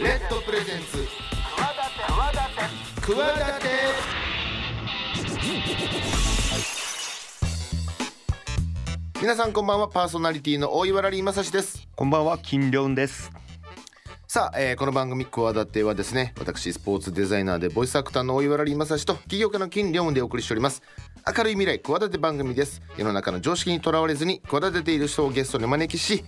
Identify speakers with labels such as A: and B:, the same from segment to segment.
A: レッドプレゼンツ企て皆さんこんばんはパーソナリティの大岩良理正史です
B: こんばんは、金良です。
A: さあ、えーこの番組「企て」はですね私スポーツデザイナーでボイスアクターの大岩良理正史と企業家の金良雲でお送りしております明るい未来企て番組です世の中の常識にとらわれずに企てている人をゲストにお招きし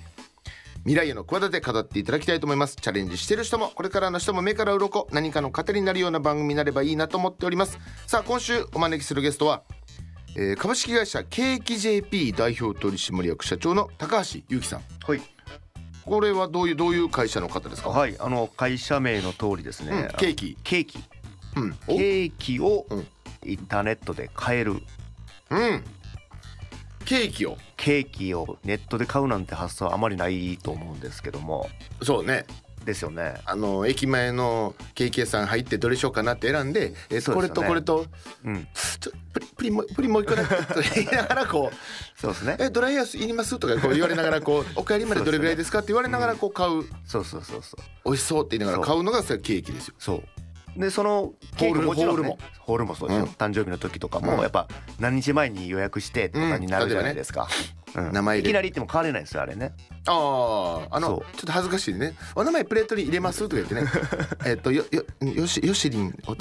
A: 未来への企て語っていただきたいと思いますチャレンジしてる人もこれからの人も目から鱗何かの糧になるような番組になればいいなと思っておりますさあ今週お招きするゲストは、えー株式会社景気 JP 代表取締役社長の高橋祐樹さん
B: はい、
A: これはどういうどういう会社の方ですか
B: はい、あの会社名の通りですね。
A: うんケーキ
B: ケーキ、
A: うん
B: ケーキを
A: うん
B: インターネットで買える。
A: うんケーキを
B: ケーキをネットで買うなんて発想はあまりないと思うんですけども。
A: そうね
B: ですよね。
A: あの駅前のケーキ屋さん入ってどれしようかなって選んでえ
B: そう
A: これ
B: ですよね
A: とこれと
B: うん、
A: ちょプリプリもプリもう一個だけ と言いながらこう
B: そうですね
A: 「え。ドライヤーいります?」とかこう言われながら こう「お帰りまでどれぐらいですか?」って言われながらこう買う
B: そうそうそうそう。
A: 「美味しそう」って言いながら買うのがそれケーキですよ。
B: そう。でそのケ
A: ホ
B: ーキ
A: ール
B: もちろ
A: ホー
B: ん、ね、
A: ルも
B: ホールもそうですよ、
A: うん
B: 誕生日の時とか
A: うん
B: もやっぱ何日前に予約してとかになるじゃないですか、うん
A: 名前入
B: い
A: れ
B: きなり言っても買われないんですよあれね
A: あああ
B: そ
A: の
B: う
A: ちょっと恥ずかしいね「お名前プレートに入れます」とか言って ね「えっとよよよしよしりん お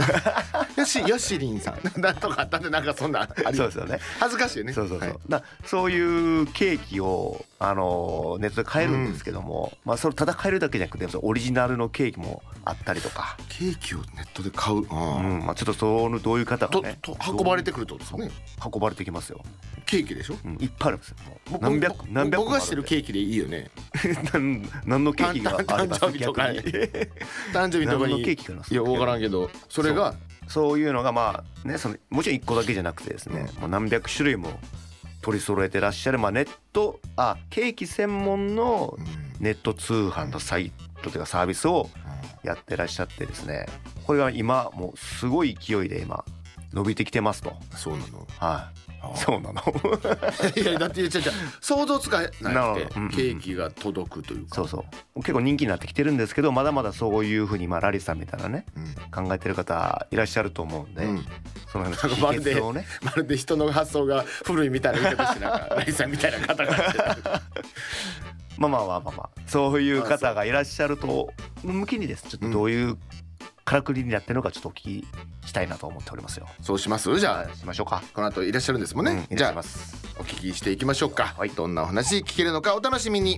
A: よしよしりんさん」 なんとかあったんでなんかそんなあり
B: そうですよね
A: 恥ずかしいよね
B: そうそうそう、
A: はい
B: だそういうケーキを、あのーネットで買えるんですけども、まあそれただ買えるだけじゃなくてそのオリジナルのケーキもあったりとか、
A: ケーキをネットで買う、
B: う
A: あ
B: んまあ、ちょっとそのどういう方
A: あと
B: がね
A: と運ばれてくるってことですよね
B: どう運ばれてきますよ、
A: ケーキでしょ
B: うん、いっぱいあるんですよもう何百
A: 僕
B: 何百
A: 僕がしてるケ
B: ー
A: ーキでいいよね
B: キ何何のケーキがあれば
A: 誕生日とかね
B: 逆に
A: 誕生日とか
B: 何の
A: に
B: ケーキから
A: いや分からんけどそれが
B: そういうのがまあねそのもちろん1個だけじゃなくてですね、もう何百種類も取り揃えてらっしゃる、まあ、ネットあケーキ専門の
A: うん
B: ネット通販のサイトというかサービスをやってらっしゃってですねこれが今もうすごい勢いで今伸びてきてますと
A: そうなの
B: はい
A: そ
B: そう なの
A: う いやだって言っちゃうじゃ想像つかな
B: な
A: く
B: る
A: て
B: ほどうんうん
A: ケーキが届くというか
B: そうそう結構人気になってきてるんですけどまだまだそういうふうにまあラリさんみたいなね
A: うん
B: 考えてる方いらっしゃると思うんで、
A: うん
B: その
A: な ん
B: 辺
A: かま
B: の
A: る
B: 秘
A: で
B: 訣をね
A: まるで人の発想が古いみたいな言い方して なんかライさんみたいな方が
B: まあまあまあまあまあそういう方がいらっしゃると向きにですちょっとどういうからくりになってるのかちょっとお聞きしたいなと思っておりますよ。
A: そうしますじゃあ
B: しましょうか。
A: この後いらっしゃるんですもんね、
B: うんい
A: じ
B: らっし
A: ゃ
B: ゃいま
A: あ
B: す。
A: お聞きしていきましょうか、
B: はい
A: どんなお話聞けるのかお楽しみに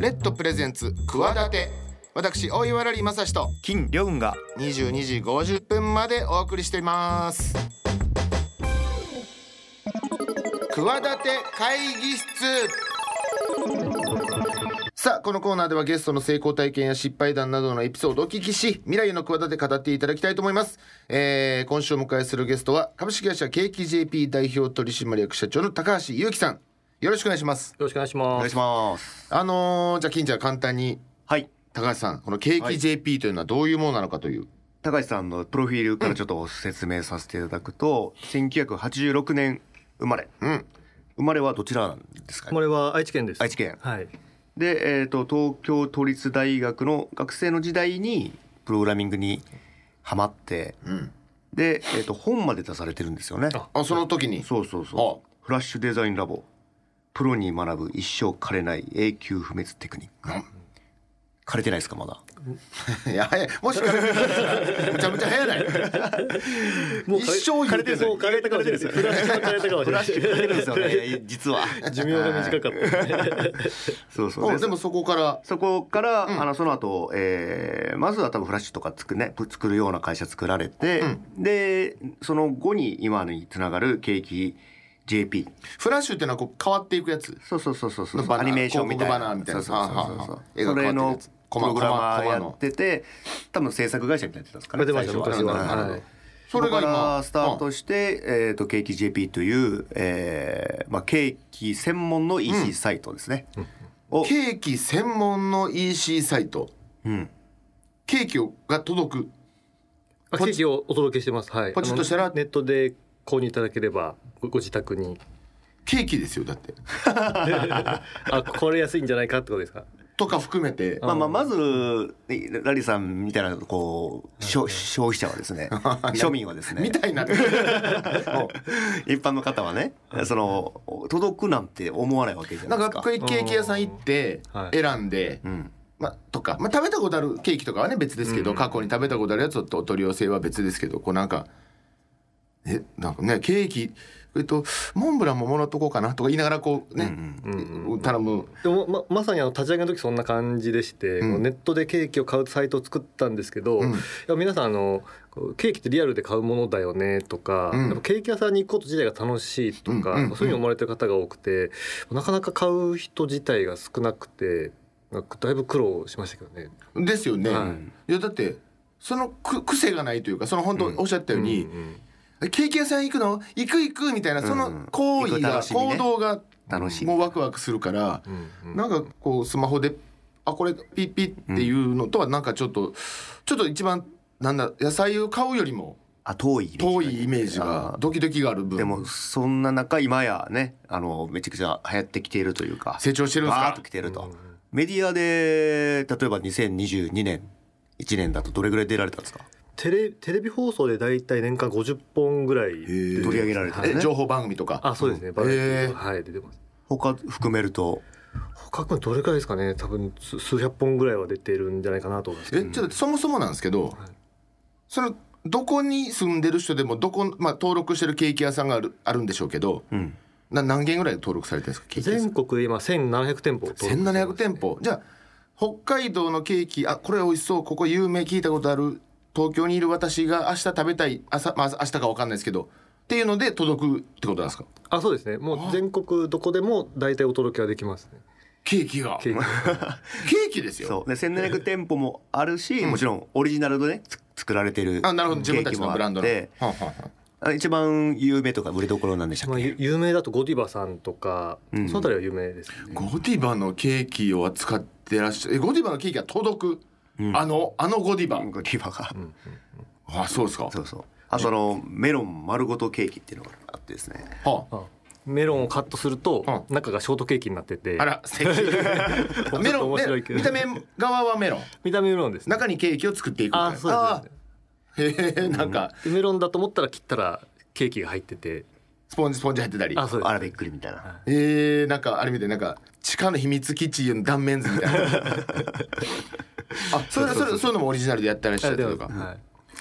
A: レッドプレゼンツ企て私大岩良理正史と
B: 金良雲が
A: 22時50分までお送りしています企て会議室さあこのコーナーではゲストの成功体験や失敗談などのエピソードをお聞きし未来への企て語っていただきたいと思います、えー今週お迎えするゲストは株式会社景気 JP 代表取締役社長の高橋祐樹さんよろしくお願いします
C: よろしくお願いし
B: お
C: ま
B: 願い
C: す。
B: します。
A: あのーじゃあ金ちゃん簡単に
B: はい。
A: 高橋さんこの景
C: は
A: 気
C: い
A: JP というのはどういうものなのかという、
B: 高橋さんのプロフィールからちょっと説明させていただくと、1986年生まれ。
A: うん
B: 生まれはどちらなんですか、
C: これは愛知県です。
B: 愛知県。
C: はい。
B: で、えー、と東京都立大学の学生の時代にプログラミングにハマって
A: うん、
B: で、えー、と本まで出されてるんですよね。
A: あその時に
B: そうそうそう。フラッシュデザインラボ。プロに学ぶ一生枯れない永久不滅テクニック。枯れてないですかまだ。
A: い や早いもしかした らむちゃむちゃ早ない
C: も
A: 一生言うてない
C: そう枯れたかもしれないです。フラッシュ枯れたかもし
B: フ
C: れな
B: ラッ
C: い
B: シュ枯れてるんですよね。実 は。
C: 寿命が短かったですね。
B: そうそう。
A: うんでもそこから
B: そこから、あのその後、えーまずは多分フラッシュとかつくねぶ作るような会社作られて、でその後に今につながる景気 JP
A: フラッシュっていうのはこう変わっていくやつ
B: そうそうそうそうそう
A: のバナー
B: アニメーションみたい
A: 広告バナ
B: な
A: ーみたいな
B: そうそうそうそう
A: あはあ
B: そう
A: はあ絵が
B: それ
A: 変わっ
B: の
A: てるやつ
B: プ
A: コマ
B: ログラマ
A: コ
B: ー
A: マコマの
B: やってて多分制作会社みたいなやってたんですかね
C: やってました
B: 最
C: 昔
B: 初
C: は。
A: なるほど
C: はい。
A: それが
B: ここから
A: 今
B: スタートして、えー、とケーキ JP という、えーまあ、ケーキ専門の EC サイトですね、
A: うん
B: を、
A: ケーキ専門の EC サイト
B: うん、
A: ケーキが届く
C: あケーキをお届けしてます。はい。
A: ポチッとしたら
C: あのネットで購入いただければごご自宅に。
A: ケーキですよだって
C: あこれ安いんじゃないかってことですか
A: とか含めて
B: まあまあまずラリーさんみたいなこう消消費者はで すね庶民はですね
A: みたい な
B: もう一般の方はねその届くなんて思わないわけじゃな
A: ないんか
B: ですか。
A: こういうケーキ屋さん行って
C: はい
A: 選んで、
B: うん
A: まあとか、まあ、食べたことあるケーキとかはね別ですけど、過去に食べたことあるやつとお取り寄せは別ですけどこうなんかえなんかねケーキえっとモンブランももらっとこうかなとか言いながらこうね、頼む
C: でもままさにあの立ち上げの時そんな感じでして、こうネットでケーキを買うサイトを作ったんですけど、いや皆さんあのこうケーキってリアルで買うものだよねとか、
A: うん
C: やっぱケーキ屋さんに行くこと自体が楽しいと
A: う
C: か、
A: んうんうん
C: そういうふうに思われてる方が多くてなかなか買う人自体が少なくてなんかだいぶ苦労しましたけどね。
A: ですよね、、
C: はい
A: やだってそのく癖がないというかその本当おっしゃったように、
C: うん
A: ケーキ屋さん行くの行く行くみたいなその行為
B: 行く
A: が、
B: 楽しみね
A: 行動が
B: 楽しみ
A: もうワクワクするから、
C: うんうん
A: なんかこうスマホであこれピッピッっていうのとはなんかちょっとちょっと一番なんだ野菜を買うよりも
B: あ遠いイメージ
A: 遠いイメージがドキドキがある分
B: でもそんな中今やねあのめちゃくちゃ流行ってきているというか
A: 成長してるんです
B: バーッ
A: か
B: ときてると、メディアで例えば2022年1年だとどれぐらい出られたんですか
C: テレテレビ放送で大体年間50本ぐらい
A: ー
B: 取り上げられた
A: え
B: ね
A: 情報番組とか
C: あそうですね、バラエティーとかはい出てます
B: 他含めると
C: 他くんどれくらいですかね多分数数百本ぐらいは出てるんじゃないかなと思います
A: えちょっと待ってそもそもなんですけど、そのどこに住んでる人でもどこ、まあ、登録してるケーキ屋さんがあるあるんでしょうけど、
B: うん
A: な何件ぐらい登録されてるんですかケーキ屋さん
C: 全国で今1700店舗登録してます
A: 1700店舗じゃあ北海道のケーキあこれ美味しそうここ有名聞いたことある東京にいる私が明日食べたい朝、まあ、明日か分かんないですけどっていうので届くってことなんですか
C: あそうですねもう全国どこでも大体お届けはできますね
A: ケーキがケ
C: ケ
A: ー
C: ー
A: キですよ
B: そうで1700店舗もあるし、もちろんオリジナルでねつ作られてる
A: あなるほど自分たちのブランドの
B: ケーキも
A: はんはんはん
B: あって一番有名とか売れどころなんでした っ
C: まあ、
B: け、
C: ゆ有名だとゴディバさんとか、そのあたりは有名ですね
A: ゴディバのケーキを扱ってらっしゃるえゴディバのケーキが届く、あのあのゴディバ、
B: ゴディバが、
A: あそうですか
B: そうそうあとあのメロン丸ごとケーキっていうのがあってですね
A: はあ
C: あメロンをカットすると
A: う
C: 中がショートケーキになってて
A: あら素敵メロンメ
C: 面
A: ロ
C: 白
A: ン
C: いけど
A: 見た目側はメロン
C: 見た目メロンですね
A: 中にケーキを作っていく
C: あそうですね
A: ですへえなんか
C: でメロンだと思ったら切ったらケーキが入ってて
A: スポンジスポンジ入ってたり
C: あそうです
B: あらびっくりみたいな、
A: えー、なんかあれみたいなんか地下の秘密基地の断面図みたいなあそれそれそういうのもオリジナルでやったりした
C: あ
A: り
C: でも
A: とか
C: はい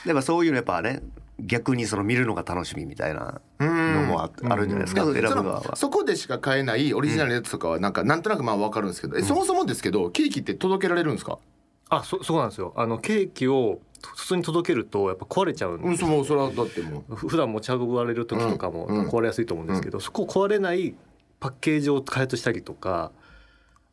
B: やっぱそういうのやっぱね逆にその見るのが楽しみみたいなのもああるんじゃないですか、選ぶ
A: そ
B: 側
A: の
B: は。
A: そこでしか買えないオリジナルのやつとかはなんかなんとなくまあ分かるんですけど、えそもそもですけどケーキって届けられるんですか
C: あそそうなんですよあのケーキを普通に届けるとやっぱ壊れちゃうんで
A: うんそもうそれはだってもう
C: ふ普段持ち運ばれる時とかも
A: うんうん
C: 壊れやすいと思うんですけど、そこを壊れないパッケージを開発したりとか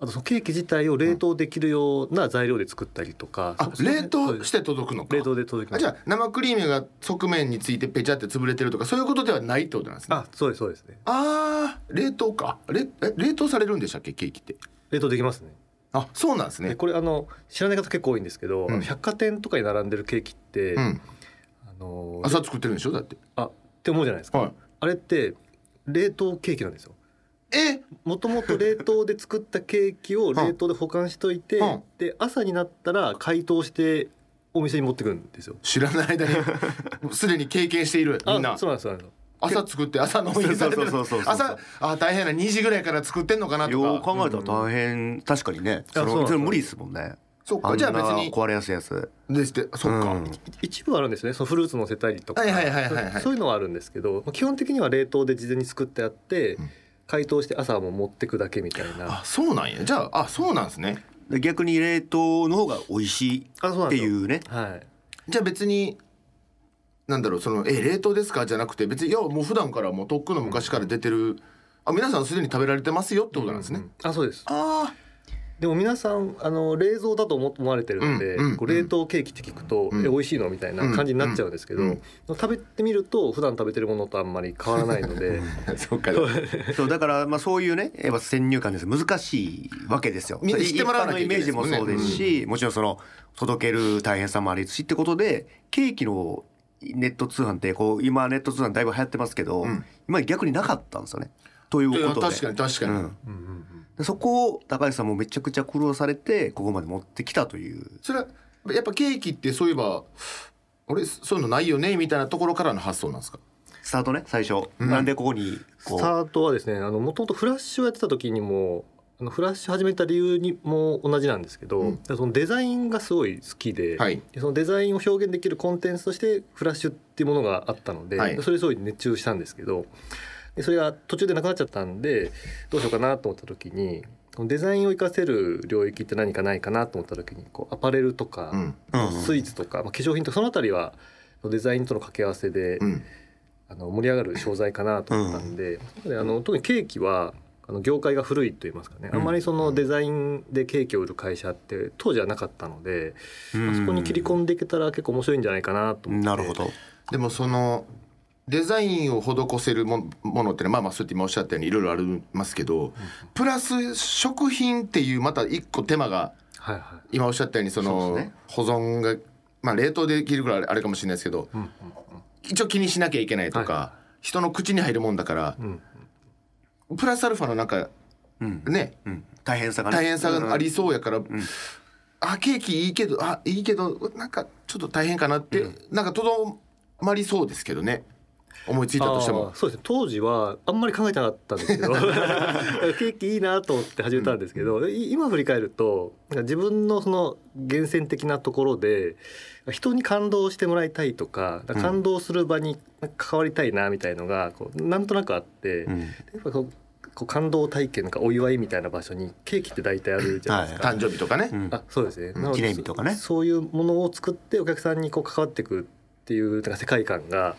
C: あとそのケーキ自体を冷凍できるような材料で作ったりとか、
A: あ
C: そその
A: 冷
C: そう
A: 凍
C: です
A: して届くのか
C: 冷凍で届きま
A: あ
C: す
A: じゃあ生クリームが側面についてペチャって潰れてるとかそういうことではないってことなんですね
C: あそうですそうですね
A: あー冷凍かれえ冷凍されるんでしたっけケーキって
C: 冷凍できますね
A: あそうなんです
C: で
A: ね
C: これあの知らない方結構多いんですけど、
A: うん
C: 百貨店とかに並んでるケーキって、
A: うん
C: あの
A: 朝作ってるんでしょだって
C: あって思うじゃないですか、
A: はい
C: あれって冷凍ケーキなんですよ
A: え
C: もともと冷凍で作ったケーキを冷凍で保管しといて、
A: うん
C: で朝になったら解凍してお店に持ってくるんですよ。
A: 知らない間に すでに経験しているみんな
C: あそうなんですそうなんです。
A: 朝作って朝納品されてる
B: そうそうそうそうそう
A: 朝あ大変な2時ぐらいから作ってんのかなと
B: よ
A: か
B: う考えたら大変、確かにねそ
C: あそ
B: の
C: うなんです
B: それ無理ですもんね
A: そっ
B: あ
A: か
B: ん
A: じゃ
B: な
A: あ別に
B: 壊れやすいやつ
A: でしてそっか、
B: うん
C: い一部あるんですよねそのフルーツ乗せたりとか、
A: はいはいはいはいはい
C: そういうのはあるんですけどまあ基本的には冷凍で事前に作ってあって、解凍して朝はもう持ってくだけみたいな
A: あそうなんやじゃああそうなんですね
B: で逆に冷凍の方が美味しい
C: あそうな
B: っ
C: ん
B: て
C: です
B: い
C: よ
B: うね
C: はい
A: じゃあ別になんだろうそのえ冷凍ですかじゃなくて別にいやもう普段からもうとっくの昔から出てるあ皆さんすでに食べられてますよってことなんですね、
C: うんあそうです
A: ああ
C: でも皆さんあの冷蔵だと思思われてるので、
A: うんうん
C: こう冷凍ケーキって聞くと、
A: ん
C: え美味しいのみたいな感じになっちゃうんですけど、
A: うんうん
C: 食べてみると普段食べてるものとあんまり変わらないので
A: そうか
B: そうだからまあそういうねやっぱ先入観です難しいわけですよ
A: みんな知ってもらわなきゃい
B: 一般
A: けない
B: のイメ
A: で
B: ー
A: す
B: ジ
A: も
B: も
A: んね
B: そうですし、もちろんその届ける大変さもありしってことでケーキのネット通販ってこう今ネット通販だいぶ流行ってますけど、今逆になかったんですよねという
A: いや
B: こと で
A: 確かに確かに、
B: うん
C: うんうん
B: でそこを高橋さんもめちゃくちゃ苦労されてここまで持ってきたという
A: それはやっぱケーキってそういえば俺そういうのないよねみたいなところからの発想なんですか
B: スタートね最初、
A: うん
B: なんでここにこ
C: ス
B: う
C: タートはですねもともとフラッシュをやってた時にもあのフラッシュ始めた理由にも同じなんですけど、
A: うん
C: そのデザインがすごい好きで,、
A: はい
C: でそのデザインを表現できるコンテンツとしてフラッシュっていうものがあったので、
A: はい
C: それすごい熱中したんですけどでそれが途中でなくなっちゃったんでどうしようかなと思った時にそのデザインを活かせる領域って何かないかなと思った時にこうアパレルとか、
A: うん
B: うん
C: スイーツとか、まあ、化粧品とかそのあたりはデザインとの掛け合わせで、
A: うん
C: あの盛り上がる商材かなと思ったんで,、であの特にケーキはあの業界が古いと言いますかね、
B: うん
C: あんまりそのデザインでケーキを売る会社って当時はなかったので、
B: うん
C: あそこに切り込んでいけたら結構面白いんじゃないかなと思って
B: なるほど
A: でもそのデザインを施せるもものってのはまあまあそうやって今おっしゃったようにいろいろありますけどプラス食品っていうまた一個手間が
C: はいは
A: 今おっしゃったようにそ
B: そう
A: の
B: ですね
A: 保存がまあ冷凍できるぐらいあれかもしれないですけど
C: い、うん
A: 一応気にしなきゃいけないと
C: は
A: か人の口に入るもんだから
C: うんうん、
A: プラスアルファのなんか
B: うん
A: ね
B: うん大変さがね
A: 大変さがありそうやから
B: ん
A: あケーキいいけどあいいけどなんかちょっと大変かなってなんかとどまりそうですけどね思いついたとしても
C: あー。そうですね当時はあんまり考えてなかったんですけどケーキいいなと思って始めたんですけど、い今振り返るとなんか自分のその源泉的なところで人に感動してもらいたいとか
B: ん
C: 感動する場に関わりたいなみたいのがこうなんとなくあって、
B: う
C: や
B: ん
C: っぱこうこう感動体験とかお祝いみたいな場所にケーキって大体あるじゃないですか。
A: 誕生日とかね、
B: うん
C: あそうですね、
A: うん
C: なので
B: 記念日とかね
C: そそういうものを作ってお客さんにこう関わっていくっていうなんか世界観が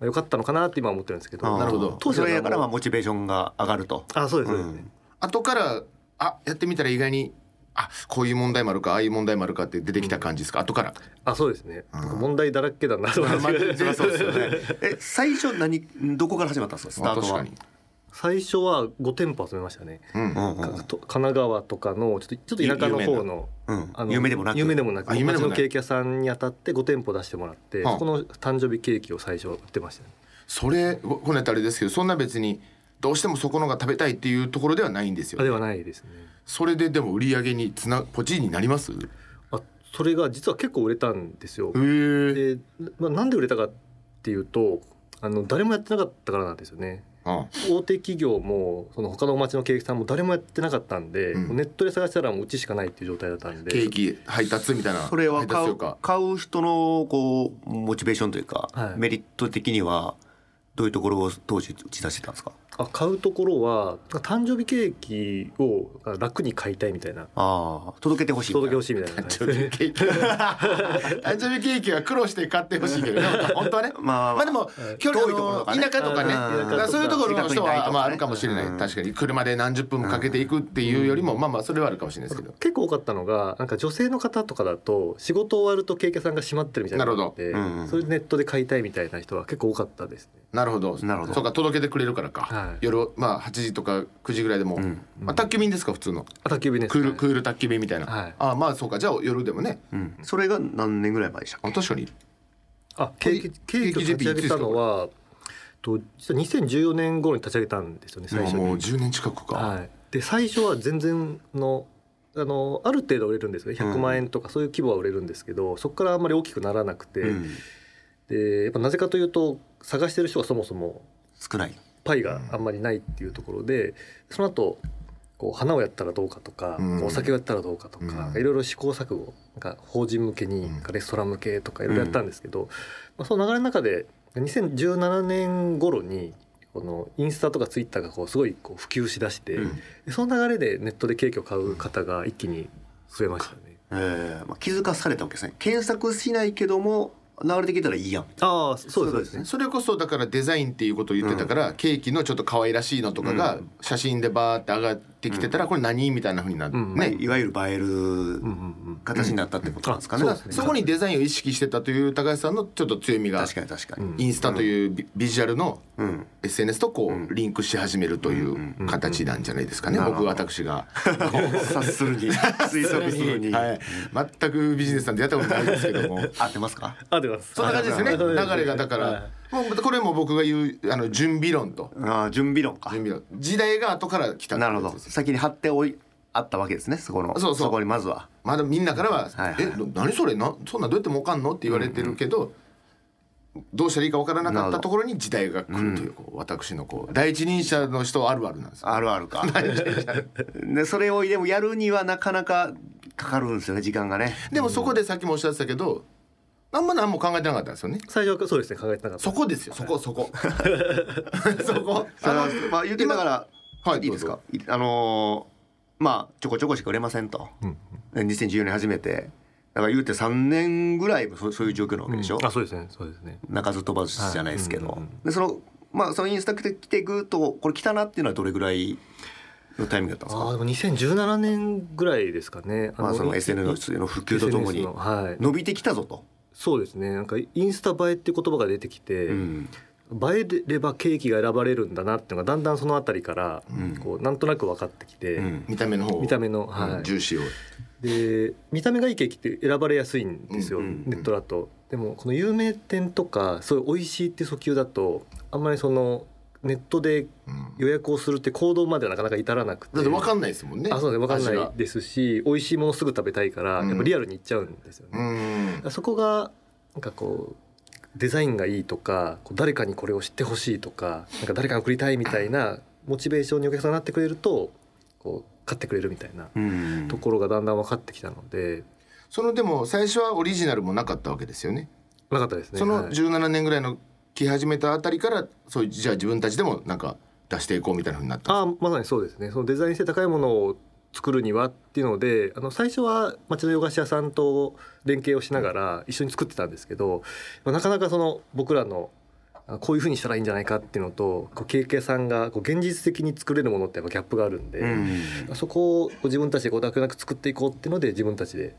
C: まあ良かったのかなって今は思ってるんですけど
B: あー
A: なるほど
C: 当時
B: そ
C: は
B: れ
C: な
B: や
C: ん
B: からまあモチベーションが上がると
C: あそうですそう
B: う
C: ですね、
B: ん
A: 後からあやってみたら意外にあこういう問題もあるかああいう問題もあるかって出てきた感じですか、後から
C: あそうですね、
A: うん
C: なんか問題だらけだなと思いますけど
B: そりゃそうですよね え最初何どこから始まったんですかスタートは
A: 確かに、
C: 最初は5店舗集めましたね、
A: うん
B: うんう
C: か
B: ん
C: と神奈川とかのちょっとちょっと田舎の方の
B: うん
C: あの
B: 夢でもなく
C: 夢でもなく
A: あ夢でもない
C: 町のケーキ屋さんに当たって5店舗出してもらって、
A: はあ
C: そこの誕生日ケーキを最初売ってましたね
A: それここのやつあれですけどそんな別にどうしてもそこのが食べたいっていうところではないんです
C: あ
A: よ
C: ではないですね
A: それででも売り上げにつなポチになりますへ
C: あそれが実は結構売れたんですよ、
A: え
C: で、まあ、なんで売れたかっていうとあの誰もやってなかったからなんです よね
A: あ
C: 大手企業もその他の町のケーキ屋さんも誰もやってなかったんで、
A: うん
C: ネットで探したらもううちしかないっていう状態だったんで
A: ケーキ配達みたいな
B: それは
A: 配達
B: 買
A: といううか
B: 買う人のこうモチベーションというか、
C: はい
B: メリット的にはどういうところを当時打ち出してたんですか
C: あ買うところは誕生日ケーキを楽に買いたいみたいな
B: ああ届けてほしいみたいな
C: 届けほしいみたいな
A: 誕生日ケーキ誕生日ケーキは苦労して買ってほしいけど ね本当はね
B: まあ、
A: まあでも距離
B: 遠いところとかね
A: あの田舎とかね
B: うん
A: だからそういうところの人
B: 近くにないと
A: は
B: かね
A: まああるかもしれない
B: うん
A: 確かに車で何十分もかけていくっていうよりもまあまあそれはあるかもしれないですけど
C: 結構多かったのがなんか女性の方とかだと仕事終わるとケーキ屋さんが閉まってるみたいなのがあって
B: なるほどうんうん
C: それでネットで買いたいみたいな人は結構多かったですね。
A: なるほど
B: なるほど
A: そうか届けてくれるから
C: は
A: か
C: い
A: 夜まあ8時とか9時ぐらいでも
B: うん
A: まあ宅急便ですか普通の
C: あ宅急便です
A: クールクール宅急便みたい
C: は
A: ないああまあそうかじゃあ夜でもね
B: うんそれが何年ぐらい前でしたっけ
A: あ確かに
C: あケーキケーキを立ち上げたのはと実は2014年頃に立ち上げたんですよね最初に。
A: もう10年近くか
C: はい、で最初は全然のあのある程度売れるんですよね100万円とかそういう規模は売れるんですけど、そこからあんまり大きくならなくて、
B: うん
C: でやっぱなぜかというと探してる人がそもそも
B: 少ない
C: パイがあんまりないっていうところでその後こう花をやったらどうかとか、
A: うん
C: お酒をやったらどうかとか、
A: うん
C: いろいろ試行錯誤なんか法人向けに、
A: うん
C: レストラン向けとかいろいろやったんですけど、まあ、その流れの中で2017年頃にこのインスタとかツイッターがこうすごいこう普及しだして、
B: うん
C: でその流れでネットでケーキを買う方が一気に増えましたね。
B: えーまあ、気づかされたわけですね検索しないけども流れてきたらいいやん
C: ああそうですそうですね
A: それこそだからデザインっていうことを言ってたから、ケーキのちょっと可愛らしいのとかが写真でバーって上がってきてたら、これ何みたいなふうになって、
C: うん
A: ね、
B: いわゆる映える
C: うんうん
B: 形になったってことなんですかね,、
C: うん
A: だ
C: あ
A: か
C: そ
A: ら
C: うです
A: そ
C: ね
A: こにデザインを意識してたという高橋さんのちょっと強みが
B: 確かに確か
C: う
B: に、
C: ん
A: インスタというビビジュアルの
B: うん
A: SNS とこうリンクし始めるという形なんじゃないですかね、
B: うんうん
A: 僕私が、
B: 察す るに推測す る に、
A: はい、全くビジネスさんでやったことないですけども
B: 合ってますか
C: あでます
A: そんな感じですよね
C: あそう
A: 流れがだから、
C: はい
A: まもうまたこれも僕が言うあの準備論と
B: ああ準備論か
A: 準備論時代が後から来た
B: なるほど先に貼っておいあったわけですねそこの
A: そうそう
B: こにまずは
A: まだみんなからは「
B: はいはい
A: えど何それなそんなんどうやって儲かんの?」って言われてるけど、どうしたらいいか分からなか
B: なる
A: っ
B: ほ
A: た
B: ど
A: ところに時代が来るという,、こう私のこう第一人者の人あるあるなんですよ
B: あるあるか でそれをでもやるにはなかなかかかるんですよね時間がね
A: でもそこでさっきもおっしゃってたけどあんま何も考えてなかったんですよね
C: 最初はそうですね考えてなかった
A: そこですよそこそ こそこ
B: それはまあ言ってだから
A: 今はい
B: いいですか
A: ど
B: いあのーまあちょこちょこしか売れませんと、で2014年始めてだから言うて3年ぐらいもそうそういう状況なわけでしょ、
C: うんあそうですねそうですね
B: 鳴かず飛ばずじゃないですけど、
C: はいうんうん
B: でそのまあそのインスタ来て来てぐーっとこれ来たなっていうのはどれぐらいのタイミングだったん
C: あ
B: で
C: あ
B: す
C: で
B: か
C: も2017年ぐらいですかね
B: まあその
C: い
B: SNS の普及とともに
C: SNS のはい
B: 伸びてきたぞと、
C: そうですねなんかインスタ映えっていう言葉が出てきて、
B: うん
C: 映えればケーキが選ばれるんだなっていうのがだんだんそのあたりから
B: ん
C: こうなんとなく分かってきて、
B: うん
A: 見た目の方を
C: 見た目の、はい
A: 重視を
C: で見た目がいいケーキって選ばれやすいんですよ、
B: うんうんうん
C: ネットだと。でもこの有名店とかそういう美味しいっていう訴求だとあんまりそのネットで
A: うん
C: 予約をするって行動まではなかなか至らなくて
A: だって分かんないですもんね
C: あそうですね分かん
A: 味
C: な
A: が
C: いですし美味しいものすぐ食べたいから、
A: うん
C: やっぱリアルに行っちゃうんですよね。
A: うん
C: そこがなんかこうデザインがいいとかこう誰かにこれを知ってほしいとかなんか誰かに送りたいみたいなモチベーションにお客さんがなってくれるとこう買ってくれるみたいな
B: うん
C: ところがだんだん分かってきたので
A: そのでも最初はオリジナルもなかったわけですよね
C: なかったですね。
A: その
C: はい
A: 17年ぐらいの来始めたあたりからそういうじゃあ自分たちでもなんか出していこうみたいなふうになったんで
C: ああまさにそうですねそのデザイン性高いものを作るにはっていうのであの最初は町の洋菓子屋さんと連携をしながら一緒に作ってたんですけど、まあなかなかその僕らのあこういうふうにしたらいいんじゃないかっていうのとこうケーキ屋さんがこう現実的に作れるものってやっぱギャップがあるんで、
B: うん
C: そこを自分たちでこう妥協なく作っていこうっていうので自分たちで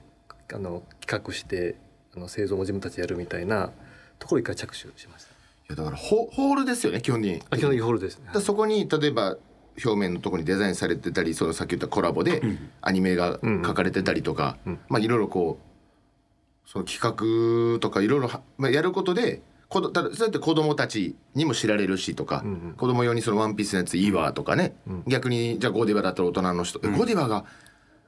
C: あの企画してあの製造も自分たちでやるみたいなところを一回着手しまし
A: す
C: た。
A: いやだからホホールですよね基本に
C: あ基本的にホールですね
A: だからそこに例えば表面のところにデザインされてたりそのさっき言ったコラボでアニメが書かれてたりとか、
C: うん
A: まあいろいろこうその企画とかいろいろは、まあ、やることで子どただそうやって子供たちにも知られるしとか、
C: うんうん
A: 子供用にその「ワンピースのやついいわとかね、
C: うん
A: 逆にじゃあゴディバだったら大人の人、えゴディバが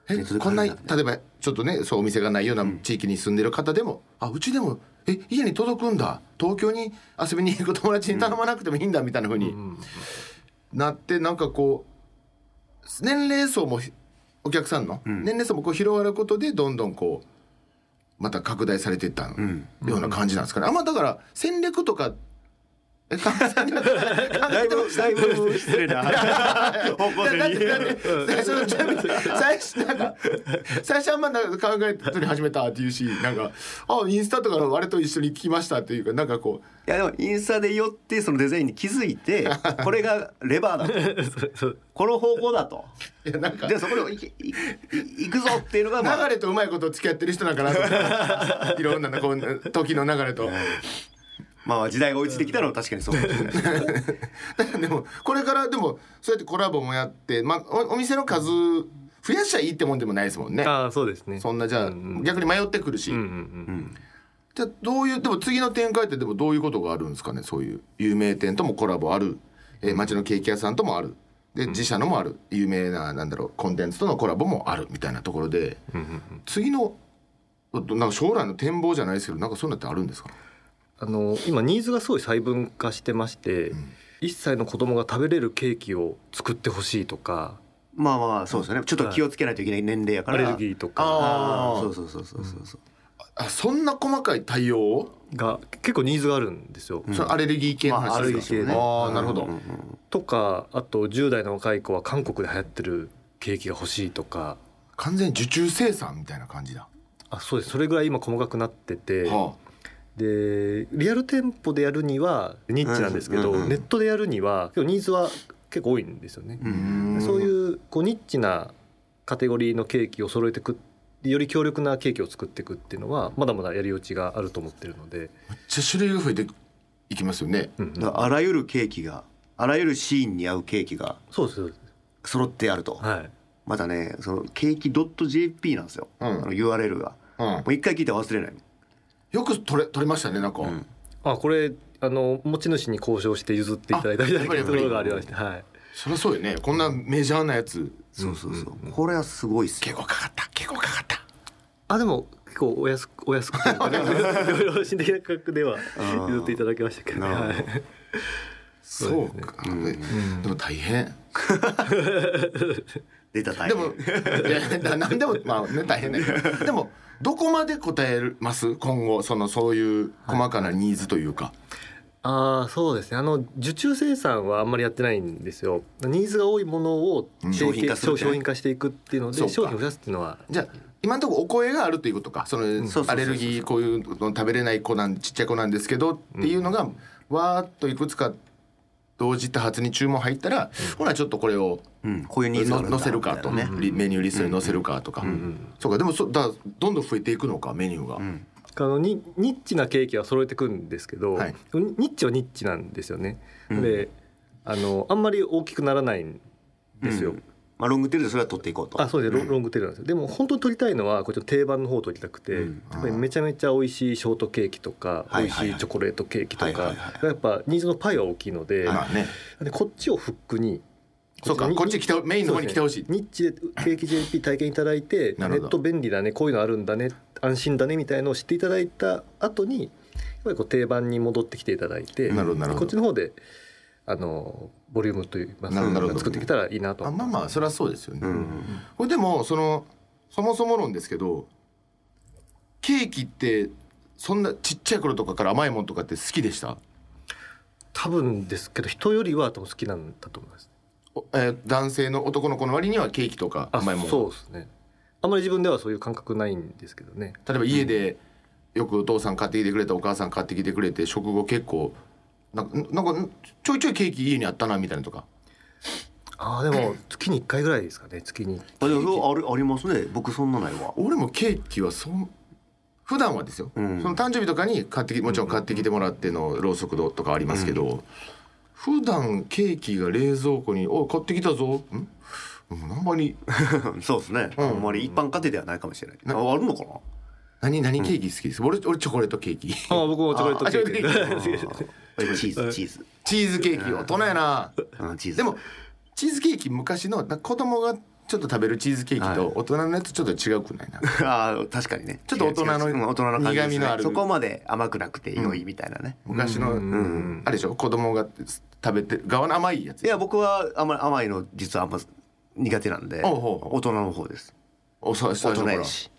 A: え
B: ネットで
A: こんな
B: 買え
A: 例
B: るんだ
A: えばちょっとねそうお店がないような地域に住んでる方でも、あうちでもえ家に届くんだ東京に遊びに行く友達に頼まなくてもいいんだみたいなふうに
C: うん
A: なってなんかこう年齢層もひお客さんの
B: ん
A: 年齢層もこう広がることでどんどんこうまた拡大されていったよ
B: ん
A: うな感じなんですかね。あんまだから戦略とかえ考えてなかった
B: だいぶだいぶ失 礼な方向
A: だっ
B: 性
A: てだっ
B: に
A: て最初の準備最初なんか最初あんまなんか考えて撮り始めたっていうしなんかあインスタとかの割と一緒に来ましたっていうかなんかこう
B: いやでもインスタで寄ってそのデザインに気づい てこれがレバーだとこの方向だと
A: いやなんか
B: でそこでいいい行くぞっていうのが、まあ
A: 流、れとうまいこと付き合ってる人なんかなと思 っていろんなのこう時の流れと。
B: まあ時代が追いついてきたのは確かにそうかもしれ ないですね
A: でもこれからでもそうやってコラボもやって、まあ、おお店の数増やしちゃいいってもんでもないですもんね
C: ああそうですね。
A: そんなじゃあ
C: うんうん
A: 逆に迷ってくるし、
C: うんうんうん
A: じゃあどういうでも次の展開ってでもどういうことがあるんですかねそういう有名店ともコラボある、えー街のケーキ屋さんともあるで自社のもある有名ななんだろうコンテンツとのコラボもあるみたいなところで
C: うんうんうん
A: 次のどなんか将来の展望じゃないですけどなんかそういうのってあるんですか
C: あの今ニーズがすごい細分化してまして、1歳の子供が食べれるケーキを作ってほしいとか
B: まあまあそうですよねちょっと気をつけないといけない年齢やか
C: ア
B: ら
C: レルギーと
A: あ
C: か
B: ああそうそうそうそうそうそう
A: あそんな細かい対応を、
C: が結構ニーズがあるんですよ。
A: それアレルギー系の話ですか、
C: まあアレルギー系ね
A: あーなるほど、
C: とかあと10代の若い子は韓国で流行ってるケーキが欲しいとか
A: 完全に受注生産みたいな感じだ、
C: あそうですそれぐらい今細かくなってて、
A: は
C: でリアル店舗でやるにはニッチなんですけ
B: う
C: ど、
B: んうんうん
C: ネットでやるには結構ニーズは結構多いんですよね。
A: あ、
B: ん
C: そう
A: う
C: いうこうニッチなカテゴリーのケーキを揃えてくより強力なケーキを作っていくっていうのはまだまだやり余地があると思ってるので、
A: めっちゃ種類が増えていきますよね
C: うんうん
B: だからあらゆるケーキがあらゆるシーンに合うケーキが
C: そうですそうです
B: 揃ってあると
C: はい
B: またねそのケーキ .jp なんですよ、
A: うん
B: あの URL が、
A: うん
B: もう一回聞いたら忘れない
A: よく取れ取れましたねなんか、
B: ん
C: あこれあの持ち主に交渉して譲っていただいたり
A: あやっぱり
C: ところがありまして、はい、
A: そりゃそうよねこんなメジャーなやつ
B: そうそうそう、これはすごいっすよ
A: 結構かかった結構かかった
C: あでも結構お安くお安くというか良 心的な価格では
B: ー
C: 譲っていただきましたけどね、
B: なるほど
C: はい
A: そうか、うんでも大変
B: 出た大
A: で
B: 変
A: もいやななんでもまあね大変だけどでもどこまで答えます今後そのそういう細かなニーズというか、
C: ああそうですねあの受注生産はあんまりやってないんですよニーズが多いものを
A: ん
C: 提携
B: 商品化するってね
C: 商品化していくっていうの
A: そう
C: で
A: か
C: 商品を増やすっていうのは
A: じゃあ今のところお声があるということかその
B: そうそうそうそ
A: ア
B: う
A: レルギーこういうの食べれない子なんちっちゃい子なんですけどっていうのが、わーっといくつか同時多発に注文入ったら、ほらちょっとこれを
B: うん、こういうニーズがあるんだ
A: 載せるかと
B: みたいなね、
A: リメニューリストに載せるかとか、そうかでもそだどんどん増えていくのかメニューが、
B: うん、
C: あのニニッチなケーキは揃えてくんですけど、
A: はい
C: ニッチはニッチなんですよね、であのあんまり大きくならないんですよ、
B: うんまあロングテールでそれは取っていこうと
C: あそうですねロンロングテールなんですよでも本当に取りたいのはこっちの定番の方を取りたくて、
B: うん
C: やっぱりめちゃめちゃ美味しいショートケーキとか、
B: はいはいはい
C: 美味しいチョコレートケーキとか、
B: はいはいはい
C: やっぱニーズのパイは大きいので,、
A: まあね
C: でこっちをフックに
A: そうかこっちに来てほメインの方に来てほしい、
C: そうですねニッチでケーキ JP 体験いただいてネ
A: なるほど
C: ット便利だねこういうのあるんだね安心だねみたいのを知っていただいた後にやっぱりこう定番に戻ってきていただいて
A: なるほどなるほど
C: こっちの方であのボリュームというか
A: なるほどなるほど
C: 作ってきたらいいなと
A: あまあまあそれはそうですよね、
B: うん、
A: これでもそのそもそも論ですけどケーキってそんなちっちゃい頃とかから甘いもんとかって好きでした
C: 多分ですけど人よりは多分好きなんだと思います
A: おえー男性の男の子の割にはケーキとか
C: あ
A: 甘いもん
C: そうですねあんまり自分ではそういう感覚ないんですけどね
A: 例えば家でよくお父さん買ってきてくれたお母さん買ってきてくれて食後結構なんかなんかちょいちょいケーキ家にあったなみたいなとか
C: ああでも月に1回ぐらいですかね月に
B: あでもそうあれありますね僕そんなないわ
A: 俺もケーキはそん普段はですよ、
B: うん
A: その誕生日とかに買ってきもちろん買ってきてもらってのろうそくとかありますけど、普段ケーキが冷蔵庫に「おい買ってきたぞ」んうんあんまり
B: そうですね、あんまり一般家庭ではないかもしれない
A: な
B: ああるのかな
A: 何何ケーキ好きです、俺俺チョコレートケーキ
C: ああ僕もチョコレートケーキ
A: あチョ コレート
B: チーズチーズ、
A: チーズケーキ大人やな
B: うん、チーズ
A: でもチーズケーキ昔のなんか子供がちょっと食べるチーズケーキと大人のやつちょっと違くないな、
B: あー確かにね
A: ちょっと大人の
B: 違う違ううん大人の感じです
A: 苦味のあ
B: ね
A: る
B: そこまで甘くなくて良いみたいなね、
A: 昔の、
B: ん
A: あれでしょ子供が食べてる側の甘いやつ
B: いや僕はあんまり甘いの実はあんま苦手なんで
A: おうおうおう
B: 大人の方です
A: おそう
B: 大
A: 最初
B: 人
A: から
B: やし